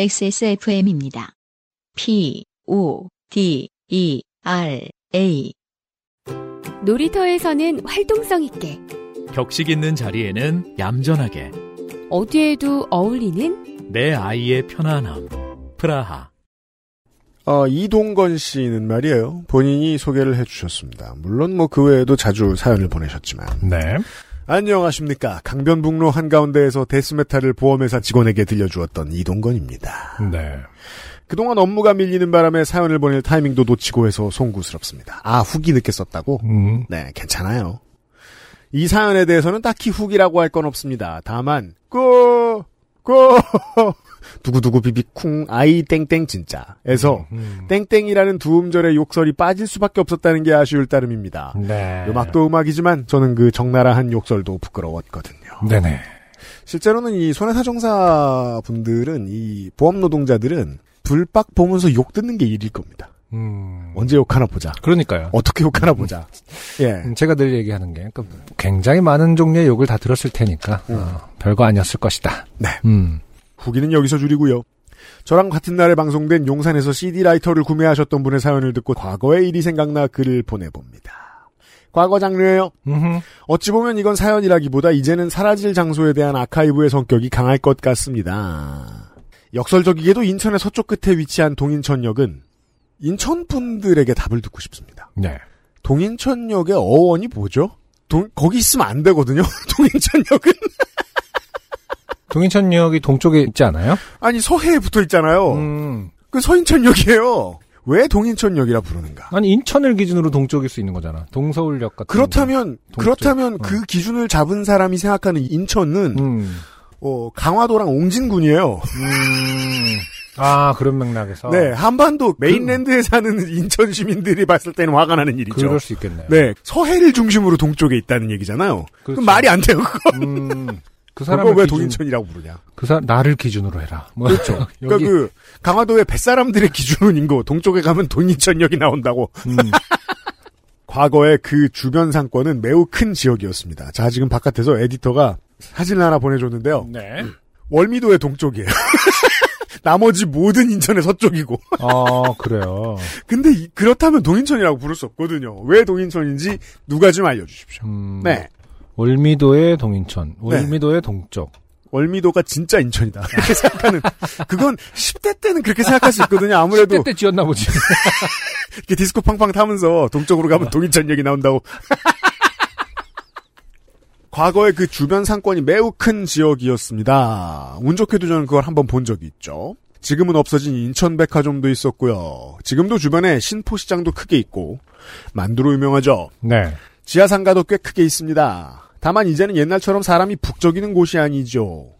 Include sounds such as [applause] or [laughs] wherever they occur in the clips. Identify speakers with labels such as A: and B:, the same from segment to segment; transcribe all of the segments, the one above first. A: XSFM입니다. P, O, D, E, R, A.
B: 놀이터에서는 활동성 있게,
C: 격식 있는 자리에는 얌전하게
B: 어디에도 어울리는
C: 내 아이의 편안함. 프라하.
D: 어, 이동건 씨는 말이에요. 본인이 소개를 해주셨습니다. 물론 뭐 그 외에도 자주 사연을 보내셨지만.
E: 네.
D: 안녕하십니까. 강변북로 한가운데에서 데스메탈을 보험회사 직원에게 들려주었던 이동건입니다.
E: 네.
D: 그동안 업무가 밀리는 바람에 사연을 보낼 타이밍도 놓치고 해서 송구스럽습니다. 아, 후기 늦게 썼다고?
E: 음.
D: 네, 괜찮아요. 이 사연에 대해서는 딱히 후기라고 할 건 없습니다. 다만, 꼬, 꼬, [laughs] 두구두구 비비쿵, 아이 땡땡 진짜에서
E: 음.
D: 땡땡이라는 두 음절의 욕설이 빠질 수밖에 없었다는 게 아쉬울 따름입니다.
E: 네.
D: 음악도 음악이지만 저는 그 적나라한 욕설도 부끄러웠거든요.
E: 네네.
D: 실제로는 이 손해사 정사 분들은 이 보험 노동자들은 불박 보면서 욕 듣는 게 일일 겁니다.
E: 음.
D: 언제 욕하나 보자.
E: 그러니까요.
D: 어떻게 욕하나 보자. 예.
E: 음, 제가 늘 얘기하는 게 그러니까 굉장히 많은 종류의 욕을 다 들었을 테니까 어, 별거 아니었을 것이다.
D: 네.
E: 음.
D: 음. 후기는 여기서 줄이고요. 저랑 같은 날에 방송된 용산에서 CD 라이터를 구매하셨던 분의 사연을 듣고 과거의 일이 생각나 글을 보내봅니다. 과거 장르예요.
E: 음흠.
D: 어찌 보면 이건 사연이라기보다 이제는 사라질 장소에 대한 아카이브의 성격이 강할 것 같습니다. 역설적이게도 인천의 서쪽 끝에 위치한 동인천역은 인천 분들에게 답을 듣고 싶습니다.
E: 네.
D: 동인천역의 어원이 뭐죠? 동- 거기 있으면 안 되거든요. [laughs] 동인천역은
E: 동인천역이 동쪽에 있지 않아요?
D: 아니 서해에 붙어 있잖아요.
E: 음.
D: 그 서인천역이에요. 왜 동인천역이라 부르는가?
E: 아니 인천을 기준으로 동쪽일 수 있는 거잖아. 동서울역 같은.
D: 그렇다면
E: 동쪽.
D: 그렇다면
E: 어.
D: 그 기준을 잡은 사람이 생각하는 인천은
E: 거. 음.
D: 어, 강화도랑 옹진군이에요.
E: 음. 아 그런 맥락에서.
D: 네, 한반도
E: 그
D: 메인랜드에 사는 인천 시민들이 봤을 때는 화가 나는 일이죠.
E: 그럴 수 있겠네요.
D: 네, 서해를 중심으로 동쪽에 있다는 얘기잖아요. 그럼
E: 그렇죠.
D: 말이 안 돼요. 그거.
E: 음. 그
D: 그걸
E: 사람을
D: 왜
E: 기준-
D: 동인천이라고 부르냐?
E: 그 사람 나를 기준으로 해라. 뭐
D: 그렇죠.
E: [laughs] 여기
D: 그러니까 그 강화도의 뱃사람들의 기준은 인거 동쪽에 가면 동인천역이 나온다고.
E: 음.
D: [laughs] 과거에 그 주변 상권은 매우 큰 지역이었습니다. 자, 지금 바깥에서 에디터가 사진을 하나 보내줬는데요.
E: 네.
D: 월미도의 동쪽이에요. [laughs] 나머지 모든 인천의 서쪽이고.
E: 아 그래요.
D: 근데 이- 그렇다면 동인천이라고 부를 수 없거든요. 왜 동인천인지 누가 좀 알려주십시오.
E: 음.
D: 네.
E: 월미도의 동인천, 월미도의 동쪽.
D: 월미도가 진짜 인천이다. [laughs] 이렇게 생각하는. 그건 10대 때는 그렇게 생각할 수 있거든요. 아무래도
E: 10대 때 지었나
D: [laughs]
E: 보지.
D: 이렇게 디스코 팡팡 타면서 동쪽으로
E: 네.
D: 가면 동인천역이 나온다고. [laughs] 과거에 그 주변 상권이 매우 큰 지역이었습니다. 운 좋게도 저는 그걸 한번 본 적이 있죠. 지금은 없어진 인천백화점도 있었고요. 지금도 주변에 신포시장도 크게 있고 만두로 유명하죠.
E: 네.
D: 지하 상가도 꽤 크게 있습니다. 다만 이제는 옛날처럼 사람이 북적이는 곳이 아니죠.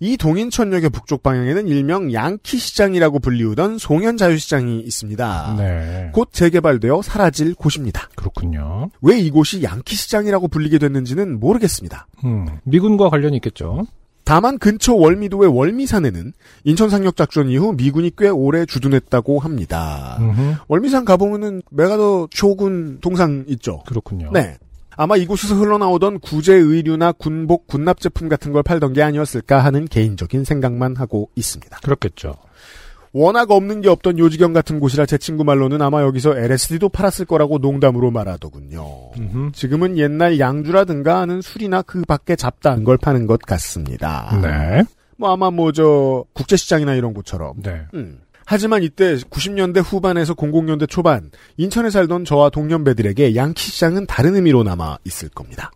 D: 이 동인천역의 북쪽 방향에는 일명 양키 시장이라고 불리우던 송현 자유시장이 있습니다.
E: 네.
D: 곧 재개발되어 사라질 곳입니다.
E: 그렇군요.
D: 왜 이곳이 양키 시장이라고 불리게 됐는지는 모르겠습니다.
E: 음. 미군과 관련이 있겠죠.
D: 다만 근처 월미도의 월미산에는 인천 상륙 작전 이후 미군이 꽤 오래 주둔했다고 합니다.
E: 음흠.
D: 월미산 가보면은 메가더 쇼군 동상 있죠.
E: 그렇군요.
D: 네. 아마 이곳에서 흘러나오던 구제 의류나 군복, 군납 제품 같은 걸 팔던 게 아니었을까 하는 개인적인 생각만 하고 있습니다.
E: 그렇겠죠.
D: 워낙 없는 게 없던 요지경 같은 곳이라 제 친구 말로는 아마 여기서 LSD도 팔았을 거라고 농담으로 말하더군요.
E: 음흠.
D: 지금은 옛날 양주라든가 하는 술이나 그 밖에 잡다한 걸 파는 것 같습니다.
E: 네.
D: 뭐 아마 뭐 저 국제시장이나 이런 곳처럼
E: 네.
D: 음. 하지만 이때 90년대 후반에서 00년대 초반 인천에 살던 저와 동년배들에게 양키시장은 다른 의미로 남아 있을 겁니다.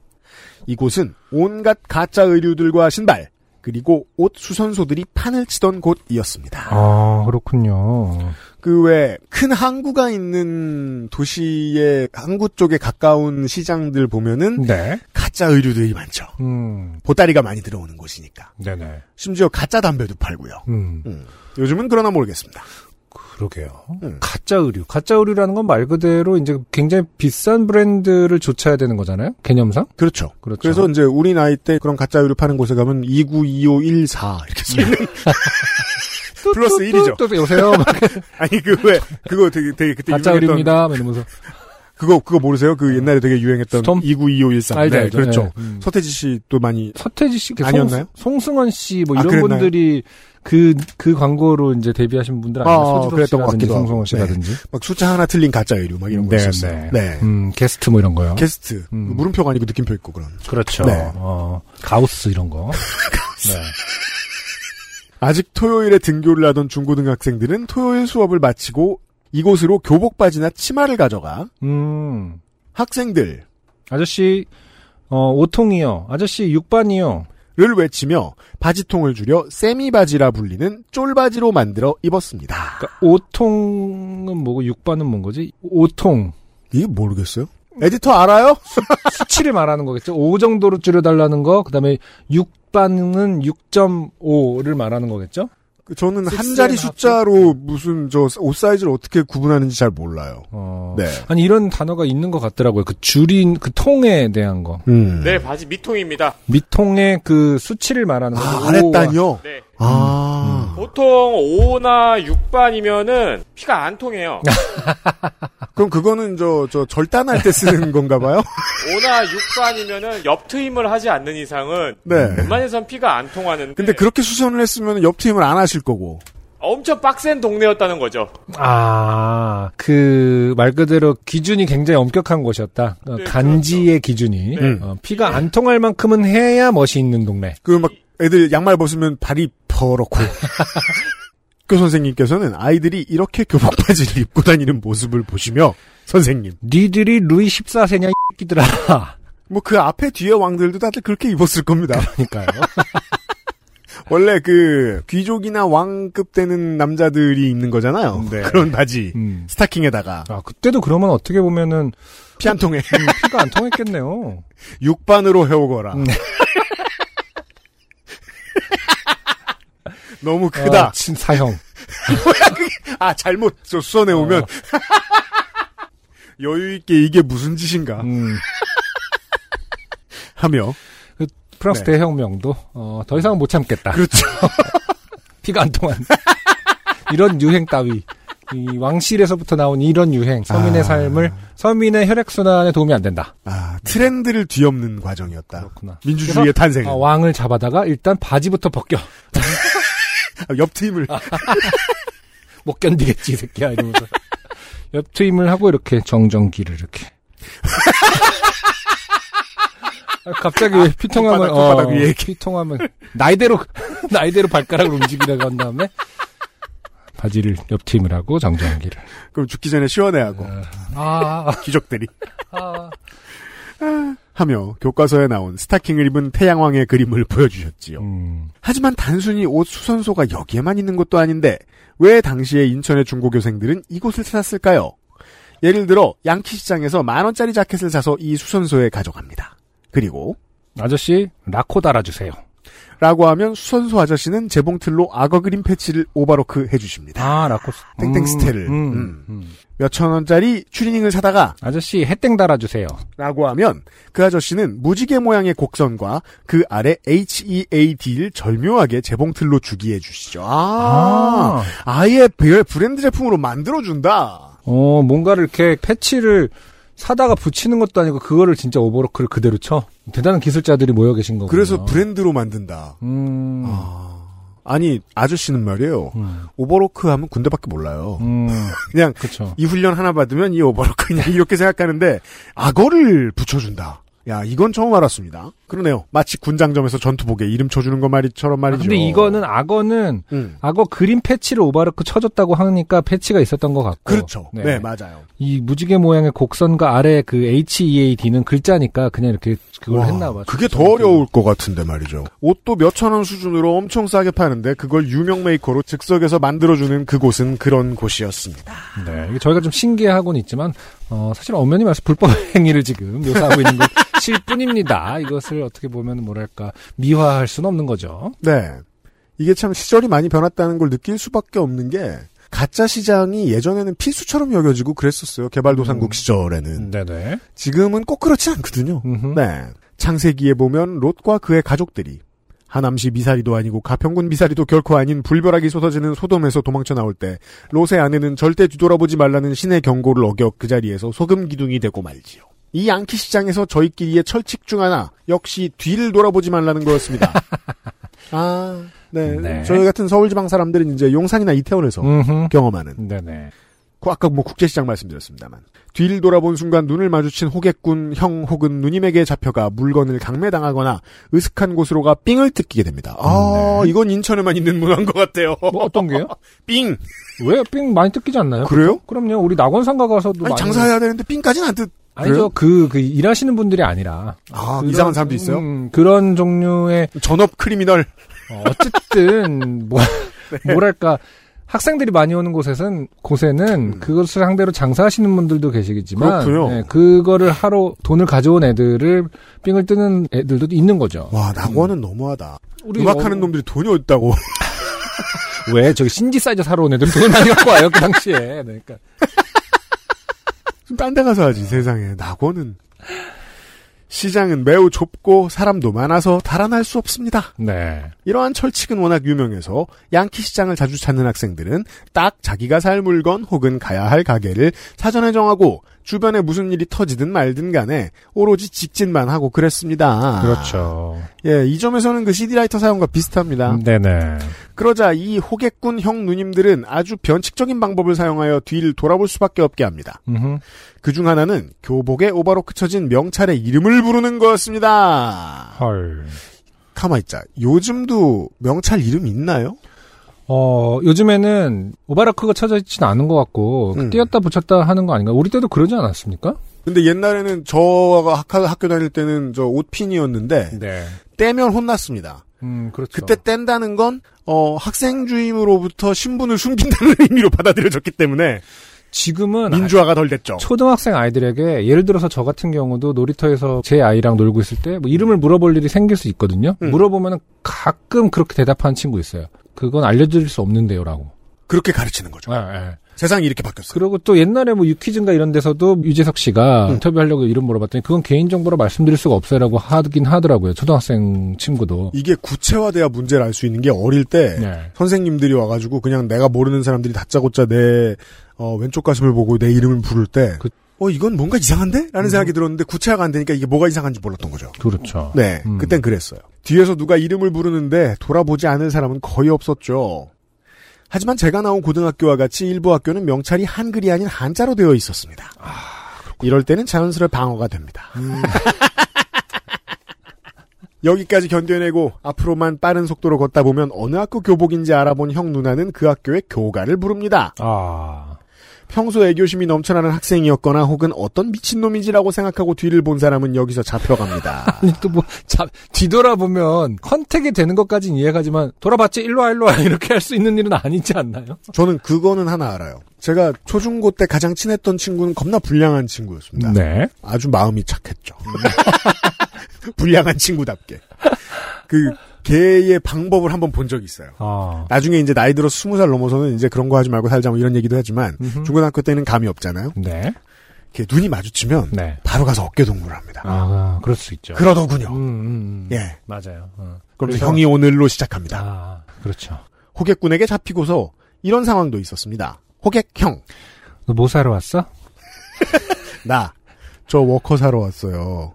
D: 이곳은 온갖 가짜 의류들과 신발 그리고 옷 수선소들이 판을 치던 곳이었습니다.
E: 아, 그렇군요.
D: 그 외 큰 항구가 있는 도시의 항구 쪽에 가까운 시장들 보면은
E: 네.
D: 가짜 의류들이 많죠.
E: 음.
D: 보따리가 많이 들어오는 곳이니까.
E: 네네.
D: 심지어 가짜 담배도 팔고요.
E: 음.
D: 음. 요즘은 그러나 모르겠습니다.
E: 그러게요.
D: 음.
E: 가짜 의류. 가짜 의류라는 건 말 그대로 이제 굉장히 비싼 브랜드를 조차야 되는 거잖아요. 개념상.
D: 그렇죠.
E: 그렇죠.
D: 그래서 이제 우리 나이 때 그런 가짜 의류 파는 곳에 가면 292514 이렇게 써 [laughs]
E: 네.
D: 있는 플러스
E: 또, 또,
D: 1이죠. [laughs]
E: 또, 또, 여세요. 막
D: 아니 그 왜 그거 되게 되게 그때
E: 가짜
D: 유명했던
E: 의류입니다. 막 이러면서.
D: 그거 그거 모르세요? 그 옛날에 되게 유행했던
E: 스톰?
D: 292513.
E: 알죠,
D: 네,
E: 알죠.
D: 그렇죠.
E: 네. 음.
D: 서태지 씨도 많이
E: 서태지 씨, 그
D: 아니었나요?
E: 송, 승헌 씨 뭐
D: 아,
E: 이런
D: 그랬나요?
E: 분들이 그, 그 광고로 이제 데뷔하신 분들 아니면
D: 아,
E: 서지덕
D: 그랬던 것
E: 씨라든지 뭐.
D: 같기도 하고.
E: 송승헌 씨라든지
D: 막 숫자 하나 틀린 가짜 의류 막 이런 거
E: 네,
D: 있었어요.
E: 네.
D: 네.
E: 음, 게스트 뭐 이런 거요.
D: 게스트 뭐
E: 음.
D: 물음표가 아니고 느낌표 있고 그런.
E: 그렇죠.
D: 네.
E: 어, 가우스
D: [laughs]
E: 이런 거. 네.
D: 아직 토요일에 등교를 하던 중고등학생들은 토요일 수업을 마치고 이곳으로 교복 바지나 치마를 가져가
E: 음,
D: 학생들을
E: 아저씨 어, 오통이요. 아저씨 육반이요.
D: 외치며 바지통을 줄여 세미바지라 불리는 쫄바지로 만들어 입었습니다.
E: 그러니까 오통은 뭐고 육반은 뭔 거지? 오통
D: 이게 모르겠어요? 에디터 알아요?
E: 수치를 말하는 거겠죠. 5 정도로 줄여달라는 거. 그다음에 육반은 6.5를 말하는 거겠죠.
D: 그 저는 한
E: 식스앤
D: 자리
E: 하프?
D: 숫자로 무슨 저 옷 사이즈를 어떻게 구분하는지 잘 몰라요.
E: 어,
D: 네.
E: 아니 이런 단어가 있는 것 같더라고요. 그 줄인 그 통에 대한 거.
D: 음.
F: 네, 바지 밑통입니다.
E: 밑통의 그 수치를 말하는 거.
D: 아, 아랫단이요?
F: 네.
D: 아.
F: 보통 5나 6반이면은 피가 안 통해요.
D: 아. 그럼 그거는 저, 저 절단할 때 쓰는 [laughs] 건가 봐요?
F: 5나 6반이면은 옆 트임을 하지 않는 이상은
D: 네.
F: 웬만해선 피가 안 통하는데
D: 근데 그렇게 수선을 했으면 옆팀을 안 하실 거고.
F: 엄청 빡센 동네였다는 거죠.
E: 아, 그, 말 그대로 기준이 굉장히 엄격한 곳이었다. 어,
F: 네,
E: 간지의 기준이.
D: 네.
E: 어, 피가 안 통할 만큼은 해야 멋이 있는 동네.
D: 그 막 애들 양말 벗으면 발이
E: [laughs]
D: 버럭고. 교 선생님께서는 아이들이 이렇게 교복 바지를 입고 다니는 모습을 보시며 선생님
E: 니들이 루이 14세냐, 이 새끼들아. [laughs]
D: 뭐 그 앞에 뒤에 왕들도 다들 그렇게 입었을 겁니다.
E: 그러니까요.
D: 원래 그 귀족이나 왕급 되는 남자들이 입는 거잖아요.
E: 네.
D: 그런 바지
E: 음.
D: 스타킹에다가
E: 아, 그때도 그러면 어떻게 보면은
D: 피 한 통에
E: 음, 피가 안 통했겠네요.
D: [laughs] 육반으로 해오거라.
E: 음.
D: [laughs] 너무
E: 아,
D: 크다.
E: 친사형.
D: 아 잘못 저 수선해 오면 [laughs] 여유 있게 이게 무슨 짓인가
E: 음,
D: 하며
E: 프랑스
D: 네.
E: 대혁명도 어, 더 이상은 못 참겠다.
D: 그렇죠.
E: 피가 안 통한 [laughs] 이런 유행 따위 이 왕실에서부터 나온 이런 유행 서민의
D: 아.
E: 삶을 서민의 혈액 순환에 도움이 안 된다.
D: [laughs] 아 트렌드를 뒤엎는 과정이었다.
E: 그렇구나.
D: 아. 민주주의의 탄생.
E: 아, 왕을 잡아다가 일단 바지부터 벗겨 [laughs]
D: 아, 옆 팀을
E: 못 견디겠지 이 새끼야 이러면서 옆 트임을 하고 이렇게 정전기를 이렇게 아, 갑자기 왜 피통하면
D: 손바닥, 손바닥 아, 위에 이렇게.
E: 피통하면 나이대로 [laughs] 나이대로 발가락을 움직이려고 한 다음에 바지를 옆 트임을 하고 정전기를
D: [laughs] 그럼 죽기 전에 시원해하고
E: 아,
D: 기적들이
E: 아.
D: 하며 교과서에 나온 스타킹을 입은 태양왕의 그림을 보여주셨지요.
E: 음.
D: 하지만 단순히 옷 수선소가 여기에만 있는 것도 아닌데 왜 당시에 인천의 중고교생들은 이곳을 찾았을까요? 예를 들어 양키 시장에서 만 원짜리 자켓을 사서 이 수선소에 가져갑니다. 그리고
E: 아저씨 라코 달아주세요.
D: 라고 하면 수선소 아저씨는 재봉틀로 악어 그림 패치를 오바로크 해주십니다.
E: 아 라코 스-
D: 땡땡
E: 음,
D: 스텔을.
E: 음,
D: 음.
E: 음.
D: 몇천 원짜리 추리닝을 사다가
E: 아저씨 햇땡 달아주세요.
D: 라고 하면 그 아저씨는 무지개 모양의 곡선과 그 아래 HEAD를 절묘하게 재봉틀로 주기해 주시죠. 아, 아예 별- 브랜드 제품으로 만들어준다.
E: 어 뭔가를 이렇게 패치를 사다가 붙이는 것도 아니고 그거를 진짜 오버로크를 그대로 쳐. 대단한 기술자들이 모여 계신 거고.
D: 그래서 아. 브랜드로 만든다.
E: 음.
D: 아니, 아저씨는 말이에요.
E: 음.
D: 오버로크 하면 군대밖에 몰라요.
E: 음.
D: 그냥
E: 그렇죠.
D: 이 훈련 하나 받으면 이 오버로크 그냥 [laughs] 이렇게 생각하는데 악어를 붙여준다. 야, 이건 처음 알았습니다. 그러네요. 마치 군장점에서 전투복에 이름 쳐주는 거 말이처럼 말이죠.
E: 아, 근데 이거는 악어는
D: 음.
E: 악어 그림 패치를 오버로크 쳐줬다고 하니까 패치가 있었던 것 같고.
D: 그렇죠.
E: 네.
D: 네 맞아요.
E: 이 무지개 모양의 곡선과 아래 그 HEAD는 글자니까 그냥 이렇게 그걸
D: 와,
E: 했나 봐.
D: 그게 더 어려울 것 같은데 말이죠. 옷도 몇천 원 수준으로 엄청 싸게 파는데 그걸 유명 메이커로 즉석에서 만들어주는 그곳은 그런 곳이었습니다.
E: 네, 이게 저희가 좀 신기해하고는 있지만 어, 사실 엄연히 말해서 불법 [laughs] 행위를 지금 묘사하고 있는
D: [laughs]
E: 것일 뿐입니다. 이것을 어떻게 보면 뭐랄까 미화할 수는 없는 거죠.
D: 네. 이게 참 시절이 많이 변했다는 걸 느낄 수밖에 없는 게 가짜 시장이 예전에는 필수처럼 여겨지고 그랬었어요. 개발도상국
E: 음.
D: 시절에는.
E: 네네.
D: 지금은 꼭 그렇지 않거든요.
E: 음흠.
D: 네. 창세기에 보면 롯과 그의 가족들이 하남시 미사리도 아니고 가평군 미사리도 결코 아닌 불벼락이 쏟아지는 소돔에서 도망쳐 나올 때 롯의 아내는 절대 뒤돌아보지 말라는 신의 경고를 어겨 그 자리에서 소금 기둥이 되고 말지요. 이 양키 시장에서 저희끼리의 철칙 중 하나 역시 뒤를 돌아보지 말라는
E: [laughs]
D: 거였습니다. 아, 네.
E: 네.
D: 저희 같은 서울지방 사람들은 이제 용산이나 이태원에서
E: 음흠.
D: 경험하는
E: 네네.
D: 그 아까 뭐 국제시장 말씀드렸습니다만 뒤를 돌아본 순간 눈을 마주친 호객군 형 혹은 누님에게 잡혀가 물건을 강매당하거나 으슥한 곳으로가 삥을 뜯기게 됩니다. 아 이건 인천에만 있는 문화인 것 같아요.
E: 뭐 어떤 게요?
D: [laughs] 삥
E: 왜삥 많이 뜯기지 않나요?
D: 그래요?
E: 그럼요. 우리 낙원상가 가서도
D: 아니
E: 많이
D: 장사해야 되는데 삥까지는 안 뜯.
E: 아니죠. 그, 그 일하시는 분들이 아니라
D: 아 음.
E: 그런-
D: 이상한 사람도 있어요.
E: 음, 그런 종류의
D: 전업 크리미널.
E: 어, 어쨌든 [laughs] 뭐, 뭐랄까 학생들이 많이 오는 곳에는 곳에는 그것을 상대로 장사하시는 분들도 계시겠지만 네,
D: 그렇군요.
E: 그거를 하러 돈을 가져온 애들을 삥을 뜨는 애들도 있는 거죠.
D: 와 낙원은 너무하다.
E: 우리
D: 음악하는
E: 어,
D: 놈들이 돈이 [laughs] 어딨다고.
E: 왜 저기 신지 사이즈 사러 온 애들 돈을 많이 갖고 와요 그 당시에. 네, 그러니까
D: 좀 딴 데 가서 하지 세상에 낙원은. 시장은 매우 좁고 사람도 많아서 달아날 수 없습니다.
E: 네.
D: 이러한 철칙은 워낙 유명해서 양키 시장을 자주 찾는 학생들은 딱 자기가 살 물건 혹은 가야 할 가게를 사전에 정하고 주변에 무슨 일이 터지든 말든 간에 오로지 직진만 하고 그랬습니다.
E: 그렇죠.
D: 예, 이 점에서는 그 CD라이터 사용과
E: 아.
D: 비슷합니다.
E: 음. 네네.
D: 그러자 이 호객군 형 누님들은 아주 변칙적인 방법을 사용하여 뒤를 돌아볼 수밖에 없게 합니다.
E: 음흠.
D: 그 중 하나는 교복에 오바로크 쳐진 명찰의 이름을 부르는 거였습니다.
E: 헐.
D: 가만있자. 요즘도 명찰 이름 있나요?
E: 어, 요즘에는 오바라크가 쳐져 있지는 않은 것 같고 그
D: 음.
E: 띄었다 붙였다 하는 거 아닌가? 우리 때도 그러지 않았습니까?
D: 근데 옛날에는 저가 학교, 학교 다닐 때는 저 옷핀이었는데
E: 네.
D: 떼면 혼났습니다.
E: 음, 그렇죠.
D: 그때 뗀다는 건 어, 학생 주임으로부터 신분을 숨긴다는 [laughs] 의미로 받아들여졌기 때문에
E: 지금은
D: 민주화가 덜 됐죠.
E: 아- 초등학생 아이들에게 예를 들어서 저 같은 경우도 놀이터에서 제 아이랑 놀고 있을 때 뭐 이름을 물어볼 일이 생길 수 있거든요.
D: 음.
E: 물어보면 가끔 그렇게 대답하는 친구 있어요. 그건 알려드릴 수 없는데요라고.
D: 그렇게 가르치는 거죠.
E: 예, 예.
D: 세상이 이렇게 바뀌었어요.
E: 그리고 또 옛날에 뭐 유퀴즈인가 이런 데서도 유재석 씨가
D: 음.
E: 인터뷰하려고 이름 물어봤더니 그건 개인정보로 말씀드릴 수가 없어요라고 하긴 하더라고요. 초등학생 친구도.
D: 이게 구체화돼야 문제를 알 수 있는 게 어릴 때
E: 네.
D: 선생님들이 와가지고 그냥 내가 모르는 사람들이 다짜고짜 내 어, 왼쪽 가슴을 보고 내 이름을 부를 때
E: 그-
D: 어, 이건 뭔가 이상한데? 라는 생각이 들었는데 구체화가 안 되니까 이게 뭐가 이상한지 몰랐던 거죠.
E: 그렇죠.
D: 네,
E: 음.
D: 그땐 그랬어요. 뒤에서 누가 이름을 부르는데 돌아보지 않은 사람은 거의 없었죠. 하지만 제가 나온 고등학교와 같이 일부 학교는 명찰이 한글이 아닌 한자로 되어 있었습니다.
E: 아,
D: 이럴 때는 자연스레 방어가 됩니다.
E: 음.
D: [laughs] 여기까지 견뎌내고 앞으로만 빠른 속도로 걷다 보면 어느 학교 교복인지 알아본 형 누나는 그 학교의 교가를 부릅니다.
E: 아.
D: 평소 애교심이 넘쳐나는 학생이었거나 혹은 어떤 미친놈이지라고 생각하고 뒤를 본 사람은 여기서
E: [laughs]
D: 잡혀갑니다.
E: 아니 또 뭐, 자, 뒤돌아보면 컨택이 되는 것까진 이해가지만 돌아봤지 일로 와 일로 와 이렇게 할 수 있는 일은 아니지 않나요?
D: 저는 그거는 하나 알아요. 제가 초중고 때 가장 친했던 친구는 겁나 불량한 친구였습니다.
E: 네.
D: 아주 마음이 착했죠. [laughs] 불량한 친구답게. 그 걔의 방법을 한번 본 적이 있어요.
E: 아.
D: 나중에 이제 나이 들어 스무 살 넘어서는 이제 그런 거 하지 말고 살자 뭐 이런 얘기도 하지만
E: 음.
D: 중고등학교 때는 감이 없잖아요.
E: 네.
D: 걔 눈이 마주치면
E: 네.
D: 바로 가서 어깨 동무를 합니다.
E: 아, 그럴 수 있죠.
D: 그러더군요.
E: 음, 음, 음.
D: 예.
E: 맞아요. 어.
D: 그럼
E: 그래서-
D: 형이 오늘로 시작합니다.
E: 아, 그렇죠.
D: 호객군에게 잡히고서 이런 상황도 있었습니다. 호객형.
E: 너 뭐 사러 왔어?
D: 나, 저 워커 사러 왔어요.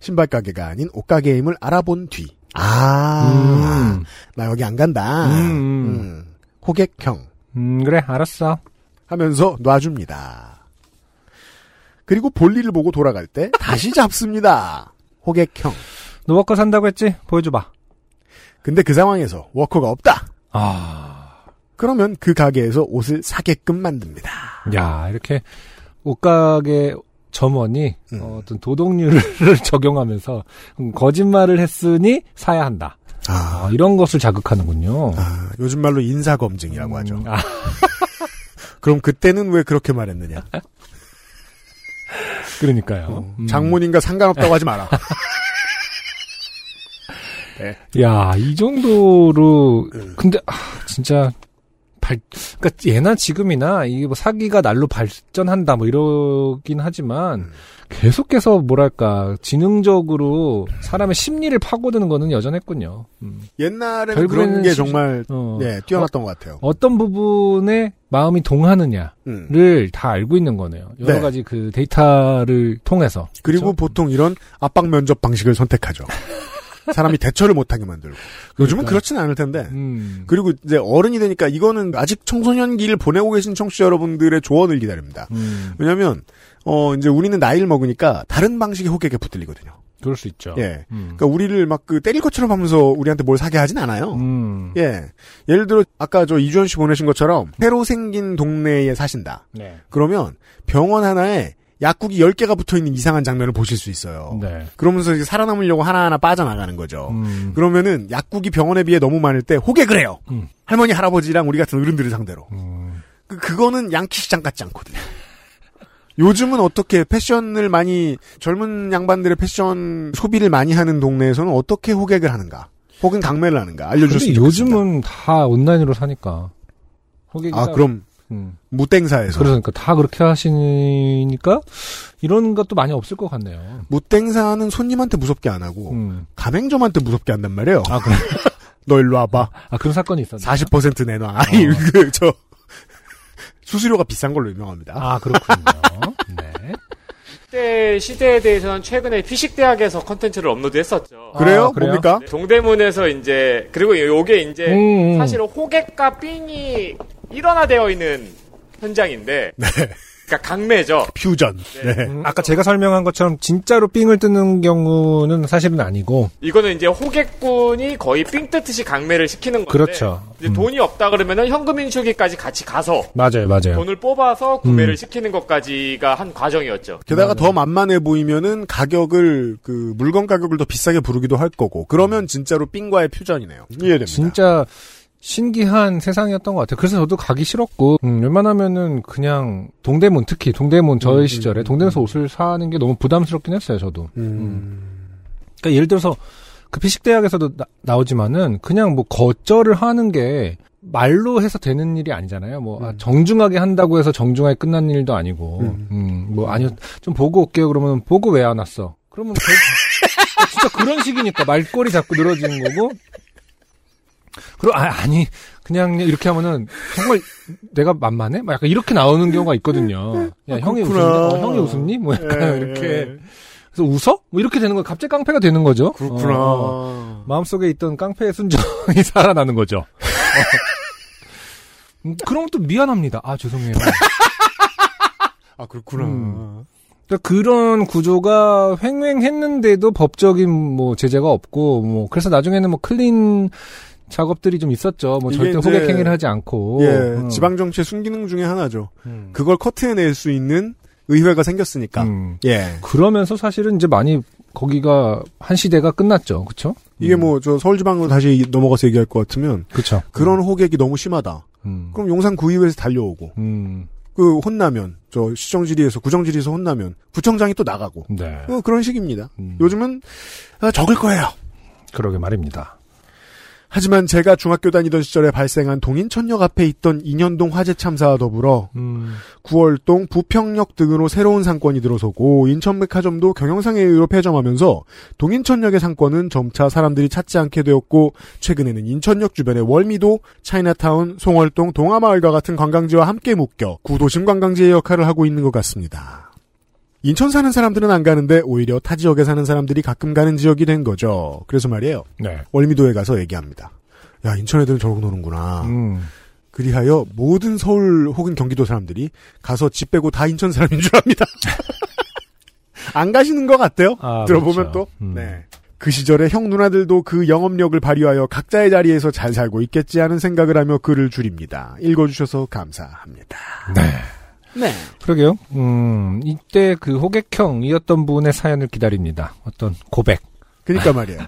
D: 신발 가게가 아닌 옷 가게임을 알아본 뒤. 아,
E: 음.
D: 나 여기 안 간다.
E: 음.
D: 음, 호객형
E: 음, 그래, 알았어.
D: 하면서 놔줍니다. 그리고 볼일을 보고 돌아갈 때
E: [laughs]
D: 다시 잡습니다. 호객형.
E: 너 워커 산다고 했지? 보여줘봐.
D: 근데 그 상황에서 워커가 없다.
E: 아,
D: 그러면 그 가게에서 옷을 사게끔 만듭니다.
E: 야, 이렇게 옷가게 점원이
D: 음.
E: 어, 어떤 도덕률을 [laughs] 적용하면서 음, 거짓말을 했으니 사야 한다.
D: 아,
E: 아, 이런 것을 자극하는군요.
D: 아, 요즘 말로 인사검증이라고 하죠.
E: 음, 아,
D: 그럼 그때는 왜 그렇게 말했느냐?
E: 그러니까요. 음.
D: 어? 장모님과 상관없다고 하지 마라. 음.
E: 야, 이 정도로 근데 아, 진짜 발, 그러니까 예나 지금이나 이게 뭐 사기가 날로 발전한다 뭐 이러긴
D: 음.
E: 하지만 계속해서 뭐랄까 지능적으로 사람의 심리를 파고드는 거는 여전했군요. 음.
D: 옛날에는
E: 결국에는
D: 그런 게
E: 심지-
D: 정말
E: 어.
D: 예, 뛰어났던 것 같아요.
E: 어떤 부분에 마음이 동하느냐를
D: 음.
E: 다 알고 있는 거네요. 여러
D: 네.
E: 가지 그 데이터를 통해서
D: 그리고 보통 이런 압박 면접 방식을
E: [laughs]
D: 선택하죠. 사람이 대처를 못하게 만들고. 요즘은
E: 그러니까요.
D: 그렇진 않을 텐데.
E: 음.
D: 네. 그리고 이제 어른이 되니까 이거는 아직 청소년기를 보내고 계신 청취자 여러분들의 조언을 기다립니다.
E: 음.
D: 왜냐면, 어, 이제 우리는 나이를 먹으니까 다른 방식의 호객에 붙들리거든요.
E: 그럴 수 있죠.
D: 예.
E: 음.
D: 그러니까 우리를 막 그 때릴 것처럼 하면서 우리한테 뭘 사게 하진 않아요.
E: 음.
D: 예. 예를 들어, 아까 저 이주연 씨 보내신 것처럼 새로 생긴 동네에 사신다.
E: 네.
D: 그러면 병원 하나에 약국이 10개가 붙어 있는 이상한 장면을 보실 수 있어요.
E: 네.
D: 그러면서 이제 살아남으려고 하나하나 빠져나가는 거죠.
E: 음.
D: 그러면은 약국이 병원에 비해 너무 많을 때 호객을 해요.
E: 음.
D: 할머니, 할아버지랑 우리 같은 어른들을 상대로.
E: 음.
D: 그, 그거는 양키 시장 같지 않거든요. [laughs] 요즘은 어떻게 패션을 많이 젊은 양반들의 패션 소비를 많이 하는 동네에서는 어떻게 호객을 하는가? 혹은 강매를 하는가?
E: 근데
D: 알려주셨으면 좋겠습니다.
E: 요즘은 다 온라인으로 사니까. 호객이
D: 아
E: 따로-
D: 그럼
E: 음.
D: 무땡사에서
E: 그러니까 다 그렇게 하시니까 이런 것도 많이 없을 것 같네요.
D: 무땡사는 손님한테 무섭게 안 하고
E: 음.
D: 가맹점한테 무섭게 한단 말이에요. 아, 그래. [laughs] 너 일로 와봐.
E: 아 그런 사건이 있었네.
D: 40% 내놔. 아니,
E: 어.
D: 그, 저, 수수료가 비싼 걸로 유명합니다.
E: 아 그렇군요. [laughs] 네.
F: 그때 시대에 대해서는 최근에 피식대학에서 컨텐츠를 업로드했었죠. 네.
D: 그래요? 네.
E: 아, 그래요?
D: 뭡니까?
F: 동대문에서 이제 그리고 요게 이제
E: 음, 음.
F: 사실 호객과 삥이 일원화되어 있는 현장인데
D: 네.
F: 그러니까 강매죠.
D: 퓨전. 네.
E: 음, 아까 제가 설명한 것처럼 진짜로 삥을 뜨는 경우는 사실은 아니고
F: 이거는 이제 호객꾼이 거의 삥 뜨듯이 강매를 시키는 건데
E: 그렇죠.
F: 이제
E: 음.
F: 돈이 없다 그러면은 현금 인출기까지 같이 가서
E: 맞아요, 맞아요.
F: 돈을 뽑아서 구매를
E: 네. 음.
F: 시키는 것까지가 한 과정이었죠.
D: 게다가 더 만만해 보이면은 가격을, 그, 물건 가격을 더 비싸게 부르기도 할 거고, 그러면 진짜로 삥과의 퓨전이네요. 이해됩니다.
E: 진짜 신기한 세상이었던 것 같아요. 그래서 저도 가기 싫었고 음, 웬만하면은 그냥 동대문 특히 동대문 저의
D: 음,
E: 시절에
D: 음,
E: 동대문에서 옷을 사는 게 너무 부담스럽긴 했어요. 저도.
D: 음.
E: 그러니까 예를 들어서 그 피식 대학에서도 나, 오지만은 그냥 뭐 거절을 하는 게 말로 해서 되는 일이 아니잖아요. 뭐 아,
D: 음.
E: 정중하게 한다고 해서 정중하게 끝난 일도 아니고,
D: 음.
E: 음, 뭐 아니요 좀 보고 올게요. 그러면 보고 왜 안 왔어? 그러면 [laughs] 별- 진짜 그런 식이니까 말꼬리 자꾸 늘어지는 거고. 그리고 아, 아니 그냥 이렇게 하면은 정말 내가 만만해? 막 약간 이렇게 나오는 경우가 있거든요. 야 형이 웃었니?
D: 음. 아, 그렇구나.
E: 어, 형이 웃었니? 뭐 약간
D: 예,
E: 이렇게
D: 예.
E: 그래서 웃어? 뭐 이렇게 되는 거 갑자기 깡패가 되는 거죠.
D: 그렇구나.
E: 어, 마음속에 있던 깡패의 순정이 [laughs] 살아나는 거죠. 어. 음, 그런 것도 미안합니다. 아 죄송해요.
D: 아, 그렇구나.
E: 음. 그러니까 그런 구조가 횡행했는데도 법적인 뭐 제재가 없고 뭐 그래서 나중에는 뭐 클린 작업들이 좀 있었죠. 뭐
D: 이게
E: 절대
D: 이제
E: 호객 행위를 하지 않고
D: 예,
E: 음.
D: 지방정치의 순기능 중에 하나죠.
E: 음.
D: 그걸 커트해낼 수 있는 의회가 생겼으니까.
E: 음.
D: 예.
E: 그러면서 사실은 이제 많이 거기가 한 시대가 끝났죠. 그렇죠?
D: 이게 뭐, 저 서울지방으로 다시 넘어가서 얘기할 것 같으면,
E: 그렇죠.
D: 그런 호객이 너무 심하다. 그럼 용산구의회에서 달려오고,
E: 음.
D: 그 혼나면 저 시정질의에서 구정질의에서 혼나면 부청장이 또 나가고
E: 네.
D: 어, 그런 식입니다.
E: 음.
D: 요즘은 아, 적을 거예요.
E: 그러게 말입니다.
D: 하지만 제가 중학교 다니던 시절에 발생한 동인천역 앞에 있던 인현동 화재 참사와 더불어
E: 음.
D: 구월동 부평역 등으로 새로운 상권이 들어서고 인천백화점도 경영상에 의로 폐점하면서 동인천역의 상권은 점차 사람들이 찾지 않게 되었고 최근에는 인천역 주변의 월미도, 차이나타운, 송월동, 동아마을과 같은 관광지와 함께 묶여 구도심 관광지의 역할을 하고 있는 것 같습니다. 인천 사는 사람들은 안 가는데 오히려 타 지역에 사는 사람들이 가끔 가는 지역이 된 거죠. 그래서 말이에요.
E: 네.
D: 월미도에 가서 얘기합니다. 야 인천 애들은 저러고 노는구나.
E: 음.
D: 그리하여 모든 서울 혹은 경기도 사람들이 가서 집 빼고 다 인천 사람인 줄 압니다. [laughs] 안 가시는 것 같아요.
E: 아,
D: 들어보면
E: 그렇죠.
D: 또.
E: 음.
D: 네. 그 시절에 형 누나들도 그 영업력을 발휘하여 각자의 자리에서 잘 살고 있겠지 하는 생각을 하며 글을 줄입니다. 읽어주셔서 감사합니다. 네.
E: 그러게요. 음, 이때 그 호객형이었던 분의 사연을 기다립니다. 어떤 고백.
D: 그니까 그러니까 말이에요.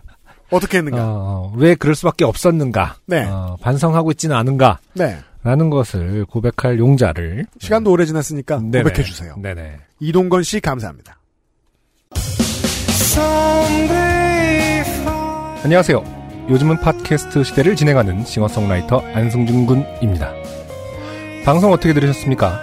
D: 어떻게 했는가.
E: 어, 왜 그럴 수밖에 없었는가.
D: 그러니까. 네.
E: 어, 반성하고 있지는 않은가.
D: 네.
E: 라는 것을 고백할 용자를.
D: 시간도 오래 지났으니까
E: 음. 네네.
D: 고백해주세요.
E: 네네.
D: 이동건 씨 감사합니다.
E: 안녕하세요. 요즘은 팟캐스트 시대를 진행하는 싱어송라이터 안승준 군입니다. 방송 어떻게 들으셨습니까?